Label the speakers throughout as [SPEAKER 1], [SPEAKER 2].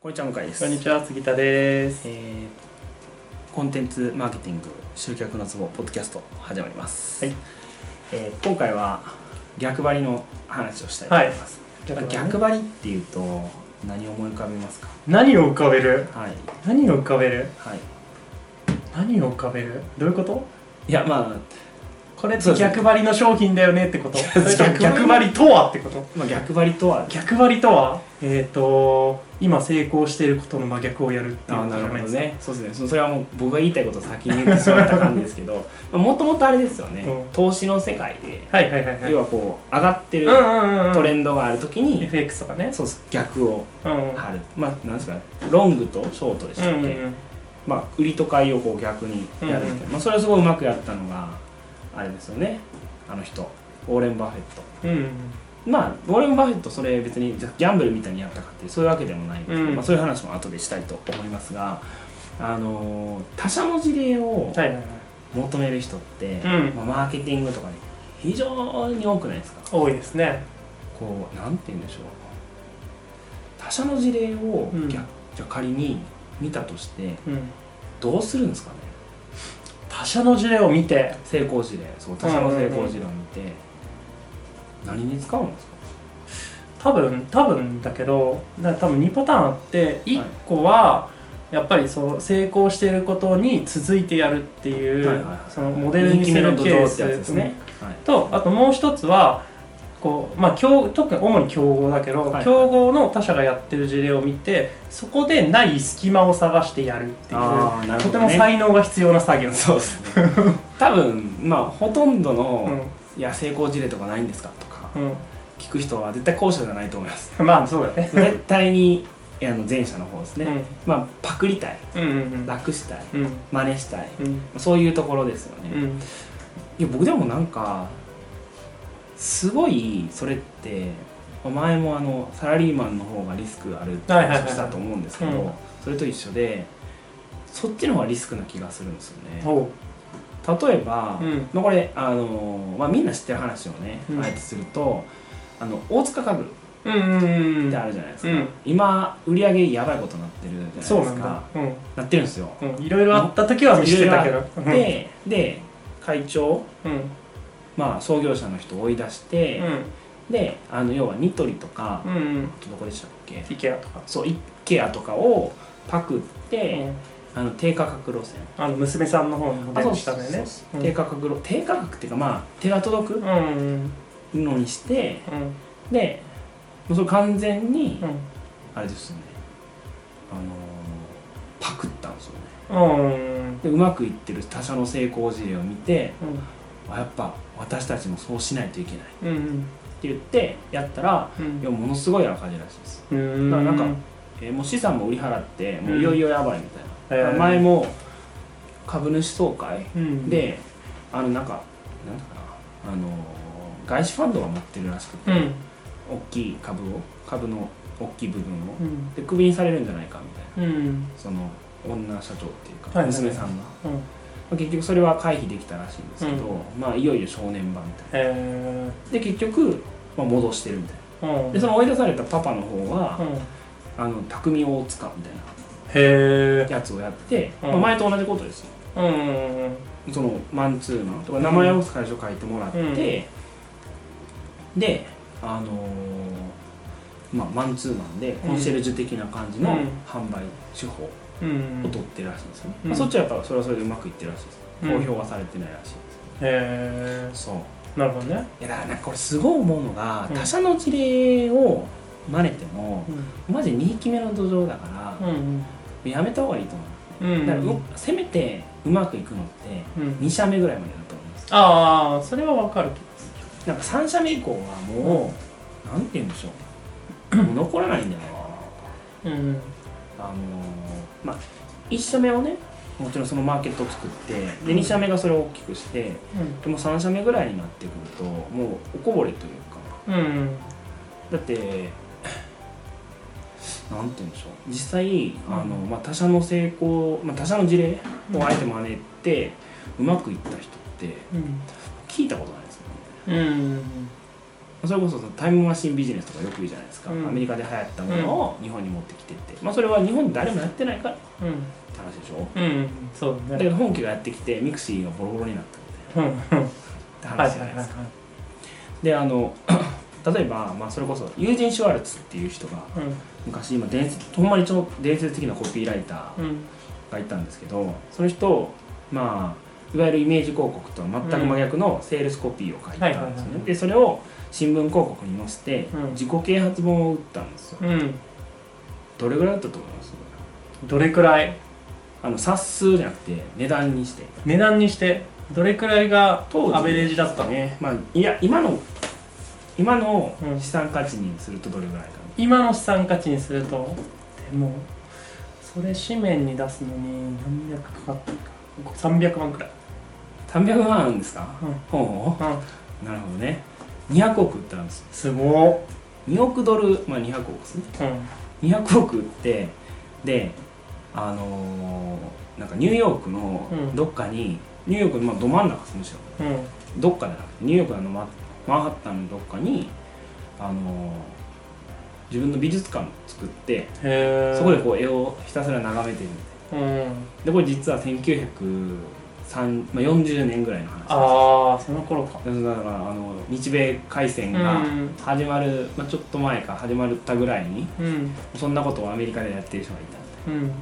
[SPEAKER 1] こんにちは向井です
[SPEAKER 2] こんにちは、杉田です。
[SPEAKER 1] えーコンテンツマーケティング集客のツボポッドキャスト始まります、
[SPEAKER 2] はい
[SPEAKER 1] えー今回は逆張りの話をしたいと思います、まあ逆張りっていうと何を思い浮かべますか
[SPEAKER 2] 何を浮かべる
[SPEAKER 1] はい
[SPEAKER 2] 何を浮かべる
[SPEAKER 1] はい
[SPEAKER 2] 何を浮かべるどういうこと
[SPEAKER 1] いやま
[SPEAKER 2] これっ
[SPEAKER 1] そう
[SPEAKER 2] て
[SPEAKER 1] ですね
[SPEAKER 2] 逆張りの商品だよねってことそれとも
[SPEAKER 1] 逆張り
[SPEAKER 2] 逆張りとはってこと
[SPEAKER 1] あ、まあ、逆張りとは
[SPEAKER 2] 逆張りとはえっ、と今成功していることの真逆をやるっていう
[SPEAKER 1] あ
[SPEAKER 2] こ
[SPEAKER 1] ー
[SPEAKER 2] とじ
[SPEAKER 1] な
[SPEAKER 2] ゃ
[SPEAKER 1] る
[SPEAKER 2] な
[SPEAKER 1] ほど
[SPEAKER 2] いですか
[SPEAKER 1] ねそうですねそそれはもう僕が言いたいことを先に言ってしまった感じですけ どまあもともとあれですよね、
[SPEAKER 2] うん
[SPEAKER 1] 投資の世界で
[SPEAKER 2] はいはいはいはい
[SPEAKER 1] 要はこう上がってる
[SPEAKER 2] うんうんうんうん
[SPEAKER 1] トレンドがあるときに、
[SPEAKER 2] FX とかね
[SPEAKER 1] そうです逆を
[SPEAKER 2] うんうん
[SPEAKER 1] 張るまあなんですかロングとショートでしたっけ、
[SPEAKER 2] うんうん
[SPEAKER 1] まあ、売りと買いをこう逆にやるみたいな、まあ、それをすごいうまくやったのがあれですよねあの人ウォーレン・バフェット
[SPEAKER 2] うん
[SPEAKER 1] まあウォーレン・バフェットそれ別にじゃギャンブルみたいにやったかっていうそういうわけでもないんですけど、
[SPEAKER 2] うん
[SPEAKER 1] まあ、そういう話も後でしたいと思いますが、あのー他社の事例を
[SPEAKER 2] はいはいはい
[SPEAKER 1] 求める人って、
[SPEAKER 2] うん
[SPEAKER 1] まあ、マーケティングとかに非常に多くないですか
[SPEAKER 2] 多いですね
[SPEAKER 1] こうなんて言うんでしょう他社の事例を逆、
[SPEAKER 2] うん
[SPEAKER 1] じゃあ仮に見たとして
[SPEAKER 2] うん
[SPEAKER 1] どうするんですかね
[SPEAKER 2] 他社の事例を見て
[SPEAKER 1] 成功事例そう他社の成功事例を見て、何に使うんですか
[SPEAKER 2] 多分多分だけどだから多分2パターンあって1個はやっぱりそう成功していることに続いてやるっていう、
[SPEAKER 1] はいはいはい
[SPEAKER 2] そのモデルにする
[SPEAKER 1] 土
[SPEAKER 2] ケー
[SPEAKER 1] 壌っ
[SPEAKER 2] ス
[SPEAKER 1] てやつですね、はい
[SPEAKER 2] とあともう一つはこう、まあ、競特に主に競合だけど、
[SPEAKER 1] はいはい
[SPEAKER 2] 競合の他社がやってる事例を見てそこでない隙間を探してやるっていう
[SPEAKER 1] あーなる
[SPEAKER 2] と
[SPEAKER 1] ほ
[SPEAKER 2] て
[SPEAKER 1] ど
[SPEAKER 2] も
[SPEAKER 1] ね
[SPEAKER 2] 才能が必要な作業
[SPEAKER 1] そうですね 多分まあほとんど
[SPEAKER 2] う
[SPEAKER 1] の
[SPEAKER 2] ん、
[SPEAKER 1] 「いや成功事例とかないんですか?」とか
[SPEAKER 2] う
[SPEAKER 1] 聞く人は絶対後者じゃないと思います
[SPEAKER 2] ん、まあそうだね
[SPEAKER 1] 絶対にあの前者の方ですね、まあパクりたい
[SPEAKER 2] うんうんうん
[SPEAKER 1] 楽したい
[SPEAKER 2] うんうん
[SPEAKER 1] 真似したい
[SPEAKER 2] うん
[SPEAKER 1] そういうところですよね、
[SPEAKER 2] うん
[SPEAKER 1] いや僕でもなんかすごいそれって前もあのサラリーマンの方がリスクあるって
[SPEAKER 2] はいはいはい
[SPEAKER 1] 話したと思うんですけど、
[SPEAKER 2] うん
[SPEAKER 1] それと一緒でそっちの方がリスクな気がするんですよね
[SPEAKER 2] おう
[SPEAKER 1] 例えば、
[SPEAKER 2] うん
[SPEAKER 1] まあこれあの、まあ、みんな知ってる話をね、
[SPEAKER 2] うん
[SPEAKER 1] あえてするとあの大塚家具っ
[SPEAKER 2] うんうんうん
[SPEAKER 1] てあるじゃないですか、
[SPEAKER 2] うん
[SPEAKER 1] 今売り上げやばいことになってるじゃないですか
[SPEAKER 2] そうなんだうん
[SPEAKER 1] なってるんですよ、
[SPEAKER 2] うんいろいろあった時は見せてたけど
[SPEAKER 1] でで会長
[SPEAKER 2] うんうん
[SPEAKER 1] まあ創業者の人を追い出して、であの要はニトリとか、
[SPEAKER 2] うんうん
[SPEAKER 1] どこでしたっけ
[SPEAKER 2] IKEA とか
[SPEAKER 1] そう IKEA とかをパクっ
[SPEAKER 2] う
[SPEAKER 1] て、
[SPEAKER 2] ん
[SPEAKER 1] あの低価格路線
[SPEAKER 2] あの娘さんの方にも出
[SPEAKER 1] そう
[SPEAKER 2] したんだよね
[SPEAKER 1] そう
[SPEAKER 2] うん
[SPEAKER 1] 低価格路低価格っていうかまあ手が届く
[SPEAKER 2] うんうん
[SPEAKER 1] のにして
[SPEAKER 2] うん
[SPEAKER 1] でもうそれ完全に、
[SPEAKER 2] うん
[SPEAKER 1] あれですよねあのーパクったんですよね
[SPEAKER 2] うん
[SPEAKER 1] でうまくいってる他社の成功事例を見て
[SPEAKER 2] うん
[SPEAKER 1] あやっぱ私たちもそうしないといけないって
[SPEAKER 2] うん
[SPEAKER 1] 言ってやったら
[SPEAKER 2] う
[SPEAKER 1] い
[SPEAKER 2] ん
[SPEAKER 1] やものすごい赤字らしいです、
[SPEAKER 2] うん
[SPEAKER 1] だからなんかえーもう資産も売り払ってもういよいよやばいみたいな、
[SPEAKER 2] うんへー
[SPEAKER 1] 前も株主総会
[SPEAKER 2] うん
[SPEAKER 1] で、あのなんかなんだかなあのー外資ファンドが持ってるらしくて、
[SPEAKER 2] うん
[SPEAKER 1] 大きい株を株の大きい部分を
[SPEAKER 2] うん
[SPEAKER 1] でクビにされるんじゃないかみたいな
[SPEAKER 2] うん
[SPEAKER 1] その女社長っていうか、
[SPEAKER 2] はい
[SPEAKER 1] 娘さんが、ま
[SPEAKER 2] うん
[SPEAKER 1] あ結局それは回避できたらしいんですけど、まあいよいよ正念場みたい
[SPEAKER 2] え
[SPEAKER 1] なで結局、まあ、戻してるみたい
[SPEAKER 2] ーう
[SPEAKER 1] なんでその追い出されたパパの方は、
[SPEAKER 2] うん
[SPEAKER 1] あの匠大塚みたいな
[SPEAKER 2] へえ
[SPEAKER 1] やつをやって、
[SPEAKER 2] うん
[SPEAKER 1] まあ、前と同じことですよ
[SPEAKER 2] うんうん
[SPEAKER 1] そのマンツーマンとか名前を最初書いてもらって、
[SPEAKER 2] うん
[SPEAKER 1] であのーまあ、マンツーマンでコンシェルジュ的な感じの
[SPEAKER 2] うん
[SPEAKER 1] 販売手法を
[SPEAKER 2] うん
[SPEAKER 1] 取ってるらしいんですよね、
[SPEAKER 2] うん
[SPEAKER 1] まあ、そっちはやっぱそれはそれでうまくいってるらしいです、
[SPEAKER 2] うん
[SPEAKER 1] 公表はされてないらしい
[SPEAKER 2] へえ
[SPEAKER 1] ですそう
[SPEAKER 2] なるほどね
[SPEAKER 1] いやだからなんかこれすごい思うのが、
[SPEAKER 2] うん
[SPEAKER 1] 他社の事例を真似ても
[SPEAKER 2] う
[SPEAKER 1] マジ2匹目の土壌だか
[SPEAKER 2] ん
[SPEAKER 1] らやめた方がいいと思う
[SPEAKER 2] うんうん
[SPEAKER 1] だからうせめてうまくいくのって
[SPEAKER 2] うん
[SPEAKER 1] 2社目ぐらいまでだと思います
[SPEAKER 2] ああそれはわかる
[SPEAKER 1] なんか3社目以降はもう、なんて言うんでしょうもう 残らないんじゃないか
[SPEAKER 2] けどうん
[SPEAKER 1] なあのーまあ1社目をねもちろんそのマーケットを作ってで2社目がそれを大きくしてでも3社目ぐらいになってくるともうおこぼれというか
[SPEAKER 2] うんうん
[SPEAKER 1] だって なんて言うんでしょう実際あの、まあ、他社の成功、まあ、他社の事例をあえて真似てうまくいった人って
[SPEAKER 2] うん
[SPEAKER 1] 聞いたことないですよね
[SPEAKER 2] うん
[SPEAKER 1] それこそそのタイムマシンビジネスとかよく言うじゃないですか、
[SPEAKER 2] うん
[SPEAKER 1] アメリカで流行ったものを日本に持ってきてって、まあ、それは日本で誰もやってないからって
[SPEAKER 2] う
[SPEAKER 1] 話でしょ
[SPEAKER 2] んうんそう
[SPEAKER 1] だ
[SPEAKER 2] だ
[SPEAKER 1] け
[SPEAKER 2] ね
[SPEAKER 1] ど本家がやってきてミクシーがボロボロになったみたいな
[SPEAKER 2] うんうん
[SPEAKER 1] って
[SPEAKER 2] はいはい
[SPEAKER 1] 話じゃない
[SPEAKER 2] は
[SPEAKER 1] で
[SPEAKER 2] い
[SPEAKER 1] すかであの 例えば、まあ、それこそユージン・シュワルツっていう人が
[SPEAKER 2] う
[SPEAKER 1] 昔今伝説ほんまにちょ伝説的なコピーライター
[SPEAKER 2] んうん
[SPEAKER 1] がいたんですけどその人まあいわゆるイメージ広告とは全く真逆のセールスコピーを書いたんですよ
[SPEAKER 2] はいはいはい
[SPEAKER 1] ねでそれを新聞広告に載せて
[SPEAKER 2] うん
[SPEAKER 1] 自己啓発本を打ったんですよ
[SPEAKER 2] うん
[SPEAKER 1] どれぐらいだったと思います
[SPEAKER 2] どれくらい
[SPEAKER 1] あの冊数じゃなくて値段にして
[SPEAKER 2] 値段にしてどれくらいが
[SPEAKER 1] 当時
[SPEAKER 2] アベレージだったの、
[SPEAKER 1] ねまあいや今の今の
[SPEAKER 2] うん
[SPEAKER 1] 資産価値にするとどれぐらいか
[SPEAKER 2] 今の資産価値にするとでもそれ紙面に出すのに何百かかったか300万くらい、
[SPEAKER 1] な300万ですか
[SPEAKER 2] うん
[SPEAKER 1] ほうほ
[SPEAKER 2] うん、
[SPEAKER 1] うなるほどね200億売ったんですよ
[SPEAKER 2] すごっ、
[SPEAKER 1] 2億ドルまあ200億ですね
[SPEAKER 2] う
[SPEAKER 1] 200億ってであのーなんかニューヨークの
[SPEAKER 2] うん
[SPEAKER 1] どっかに、ニューヨークのまあど真ん中ですむしろ
[SPEAKER 2] んうん、
[SPEAKER 1] どっかじゃなくてニューヨークのあのママンハッタンのどっかに、あのー自分の美術館を作って
[SPEAKER 2] へえ
[SPEAKER 1] そこでこう絵をひたすら眺めてるみたい
[SPEAKER 2] うん
[SPEAKER 1] なでこれ実は1940、まあ、40年ぐらいの話
[SPEAKER 2] ああその頃か
[SPEAKER 1] だからあの日米開戦
[SPEAKER 2] う
[SPEAKER 1] が
[SPEAKER 2] ん
[SPEAKER 1] 始まる、まあ、ちょっと前か始まったぐらいに
[SPEAKER 2] うん
[SPEAKER 1] そんなことをアメリカでやってる人がいた
[SPEAKER 2] うん
[SPEAKER 1] なんか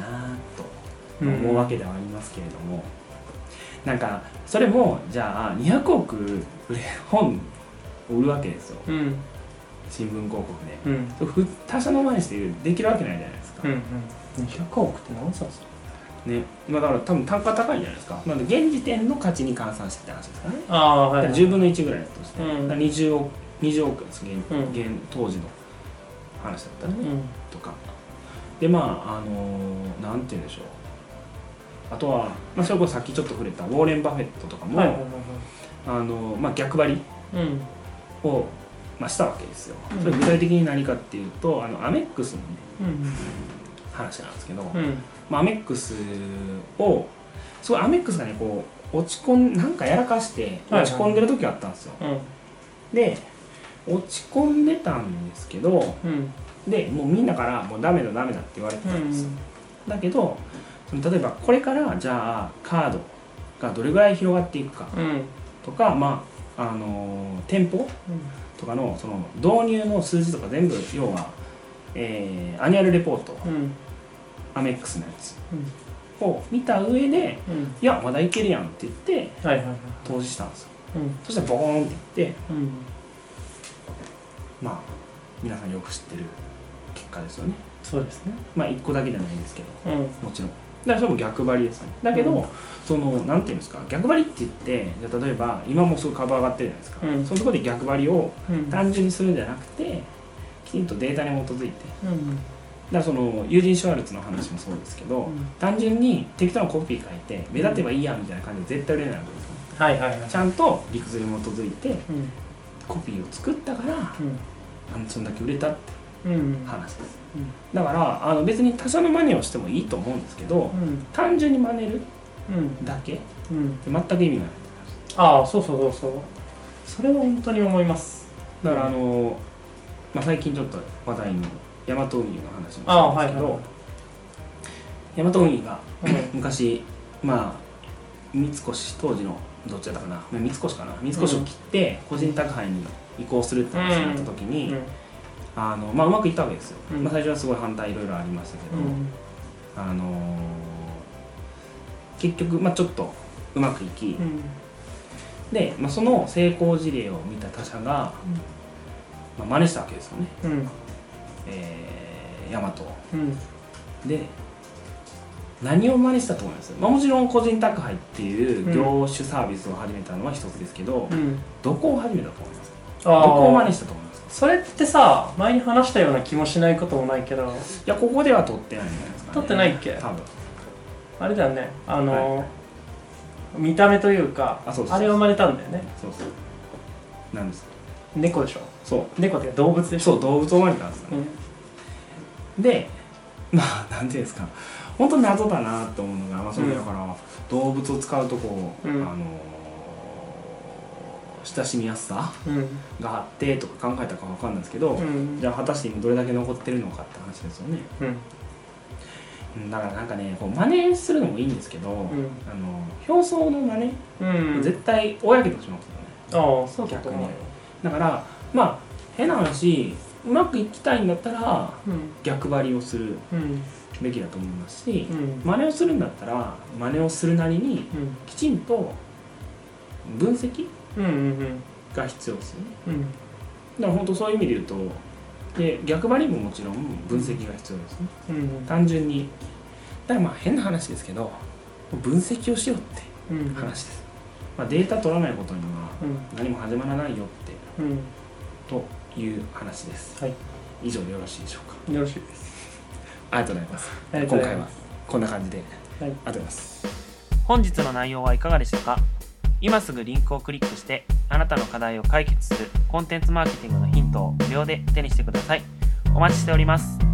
[SPEAKER 1] なと
[SPEAKER 2] うん
[SPEAKER 1] 思うわけではありますけれども、なんかそれもじゃあ200億売れ本を売るわけですよ
[SPEAKER 2] うん
[SPEAKER 1] 新聞広告で
[SPEAKER 2] うん
[SPEAKER 1] それふ他社の前にしてできるわけないじゃないですか、
[SPEAKER 2] うんうん200億って何冊
[SPEAKER 1] ねまあ、だから多分単価高いんじゃないですかなので現時点の価値に換算してって話ですからね
[SPEAKER 2] ああ
[SPEAKER 1] だ
[SPEAKER 2] は
[SPEAKER 1] か
[SPEAKER 2] い
[SPEAKER 1] ら10分の1ぐらいだとして、
[SPEAKER 2] うん
[SPEAKER 1] だから20億20億です現,、
[SPEAKER 2] うん
[SPEAKER 1] 現当時の話だったらね、
[SPEAKER 2] うん
[SPEAKER 1] とかでまああのーなんて言うんでしょうあとは、まあ、それこそさっきちょっと触れたウォーレン・バフェットとかも、
[SPEAKER 2] はいはいはい
[SPEAKER 1] あのーまあ、逆張り
[SPEAKER 2] はいうん
[SPEAKER 1] を、まあ、したわけですよ、
[SPEAKER 2] うん
[SPEAKER 1] それ具体的に何かっていうとあのアメックスの、ね、
[SPEAKER 2] うん
[SPEAKER 1] 話なんですけど、
[SPEAKER 2] うん
[SPEAKER 1] まあ、アメックスをすごいアメックスがねこう落ち込んなんかやらかして
[SPEAKER 2] はいはい
[SPEAKER 1] 落ち込んでる時があったんですよ、
[SPEAKER 2] うん
[SPEAKER 1] で落ち込んでたんですけど
[SPEAKER 2] うん
[SPEAKER 1] でもうみんなから「もうダメだダメだ」って言われてた
[SPEAKER 2] うん
[SPEAKER 1] ですよ、
[SPEAKER 2] ん
[SPEAKER 1] だけどその例えばこれからじゃあカードがどれぐらい広がっていくか
[SPEAKER 2] うん
[SPEAKER 1] とか、まああのー店舗とかのその導入の数字とか全部要は、えーアニュアルレポート
[SPEAKER 2] うん
[SPEAKER 1] アメックスのやつ
[SPEAKER 2] うん
[SPEAKER 1] を見た上で
[SPEAKER 2] うん
[SPEAKER 1] いやまだいけるやんって言って
[SPEAKER 2] はいはいはい
[SPEAKER 1] 投資したんですよ
[SPEAKER 2] うん
[SPEAKER 1] そしたらボコーンっていって
[SPEAKER 2] うん
[SPEAKER 1] まあ皆さんよく知ってる結果ですよね
[SPEAKER 2] そうですね
[SPEAKER 1] まあ1個だけじゃないですけど
[SPEAKER 2] うん
[SPEAKER 1] もちろんだからそれも逆張りですよねだけど、
[SPEAKER 2] うん
[SPEAKER 1] そのなんていうんですか逆張りって言ってじゃあ例えば今もすごい株上がってるじゃないですか、そうい
[SPEAKER 2] うん
[SPEAKER 1] うところで逆張りを
[SPEAKER 2] うん
[SPEAKER 1] 単純にするんじゃなくてきちんとデータに基づいてだか
[SPEAKER 2] うん
[SPEAKER 1] らそのユージン・シュワルツの話もそうですけど、
[SPEAKER 2] うん
[SPEAKER 1] 単純に適当なコピー書いて目立てばいいやみたいな感じで絶対売れないわけですよ
[SPEAKER 2] はいはいはい
[SPEAKER 1] ちゃんと理屈に基づいて
[SPEAKER 2] うん
[SPEAKER 1] コピーを作ったからあのそんだけ売れたって
[SPEAKER 2] うんうん
[SPEAKER 1] 話です、
[SPEAKER 2] うん
[SPEAKER 1] だからあの別に他社の真似をしてもいいと思うんですけど
[SPEAKER 2] うん
[SPEAKER 1] 単純に真似る
[SPEAKER 2] うん
[SPEAKER 1] だけ
[SPEAKER 2] うん
[SPEAKER 1] 全く意味がない
[SPEAKER 2] ああそうそうそうそうそれは本当に思います
[SPEAKER 1] だからあの、まあ、最近ちょっと話題の大和運輸の話も
[SPEAKER 2] ああ
[SPEAKER 1] そう
[SPEAKER 2] は
[SPEAKER 1] で
[SPEAKER 2] い
[SPEAKER 1] すけ
[SPEAKER 2] はい
[SPEAKER 1] ど、
[SPEAKER 2] は
[SPEAKER 1] 大和運輸が
[SPEAKER 2] い
[SPEAKER 1] 昔まあ三越当時のどっちだったかなまあ三越かな三越を切って個人宅配に移行するって話になった時
[SPEAKER 2] う
[SPEAKER 1] に、
[SPEAKER 2] ん
[SPEAKER 1] あのまあ、うまくいったわけですよ、
[SPEAKER 2] うん
[SPEAKER 1] まあ、最初はすごい反対いろいろありましたけ
[SPEAKER 2] う
[SPEAKER 1] ど、
[SPEAKER 2] ん
[SPEAKER 1] あのー結局、まあ、ちょっとうまくいき、
[SPEAKER 2] うん
[SPEAKER 1] で、まあ、その成功事例を見た他社が、まあ、真似したわけですよね
[SPEAKER 2] うん
[SPEAKER 1] えー、ヤマト
[SPEAKER 2] うん
[SPEAKER 1] で何を真似したと思います、まあ、もちろん個人宅配っていう業種サービスを始めたのは一つですけど、
[SPEAKER 2] うん
[SPEAKER 1] どこを始めたと思いますどこを
[SPEAKER 2] あ
[SPEAKER 1] 真
[SPEAKER 2] あ
[SPEAKER 1] 似したと思います
[SPEAKER 2] それってさ前に話したような気もしないこともないけど
[SPEAKER 1] いやここでは取ってないんじゃないですか、ね、
[SPEAKER 2] 取ってないっけ
[SPEAKER 1] 多分
[SPEAKER 2] あれだよねあの見た目というか
[SPEAKER 1] あそうそう
[SPEAKER 2] あれを真似たんだよね
[SPEAKER 1] そうそうなんです
[SPEAKER 2] 猫でしょ
[SPEAKER 1] そ
[SPEAKER 2] 猫っていうか動物で
[SPEAKER 1] う
[SPEAKER 2] しょ
[SPEAKER 1] そう動物を真似たんですよね、
[SPEAKER 2] うん
[SPEAKER 1] でまあなんていうんですか本当謎だなと思うのが、まあ、それだから、動物を使うとこ、
[SPEAKER 2] うん
[SPEAKER 1] あの親しみやすさ
[SPEAKER 2] うん
[SPEAKER 1] があってとか考えたかわかんないですけど、
[SPEAKER 2] うん
[SPEAKER 1] じゃあ果たして今どれだけ残ってるのかって話ですよね
[SPEAKER 2] うん
[SPEAKER 1] うんだからなんかねこう真似するのもいいんですけど、
[SPEAKER 2] ん
[SPEAKER 1] あの表層の真似、
[SPEAKER 2] うん
[SPEAKER 1] 絶対大やけどしますよね
[SPEAKER 2] ああそうだと
[SPEAKER 1] 逆
[SPEAKER 2] 思
[SPEAKER 1] に
[SPEAKER 2] うよ
[SPEAKER 1] だからまあ変な話うまくいきたいんだったら
[SPEAKER 2] うん
[SPEAKER 1] 逆張りをする
[SPEAKER 2] うん
[SPEAKER 1] べきだと思いますし
[SPEAKER 2] うん
[SPEAKER 1] 真似をするんだったら真似をするなりに
[SPEAKER 2] うん
[SPEAKER 1] きちんと分析
[SPEAKER 2] うんうん
[SPEAKER 1] が必要ですよね
[SPEAKER 2] うん
[SPEAKER 1] だから本当そういう意味で言うとで逆張りももちろん分析が必要ですね
[SPEAKER 2] うん
[SPEAKER 1] 単純にだからまあ変な話ですけど分析をしようって
[SPEAKER 2] うん
[SPEAKER 1] 話です、まあ、データ取らないことには
[SPEAKER 2] うん
[SPEAKER 1] 何も始まらないよって
[SPEAKER 2] う
[SPEAKER 1] という話です、
[SPEAKER 2] はい、
[SPEAKER 1] 以上でよろしいでしょうか
[SPEAKER 2] んよろしいです
[SPEAKER 1] ありがとうございます
[SPEAKER 2] ありがと
[SPEAKER 1] 今
[SPEAKER 2] うござい
[SPEAKER 1] 回
[SPEAKER 2] ま
[SPEAKER 1] は
[SPEAKER 2] す
[SPEAKER 1] こんな感じで、あ
[SPEAKER 2] は
[SPEAKER 1] りがと
[SPEAKER 2] い
[SPEAKER 1] うございます
[SPEAKER 3] 本日の内容はいかがでしたか今すぐリンクをクリックしてあなたの課題を解決するコンテンツマーケティングのヒントを無料で手にしてくださいお待ちしております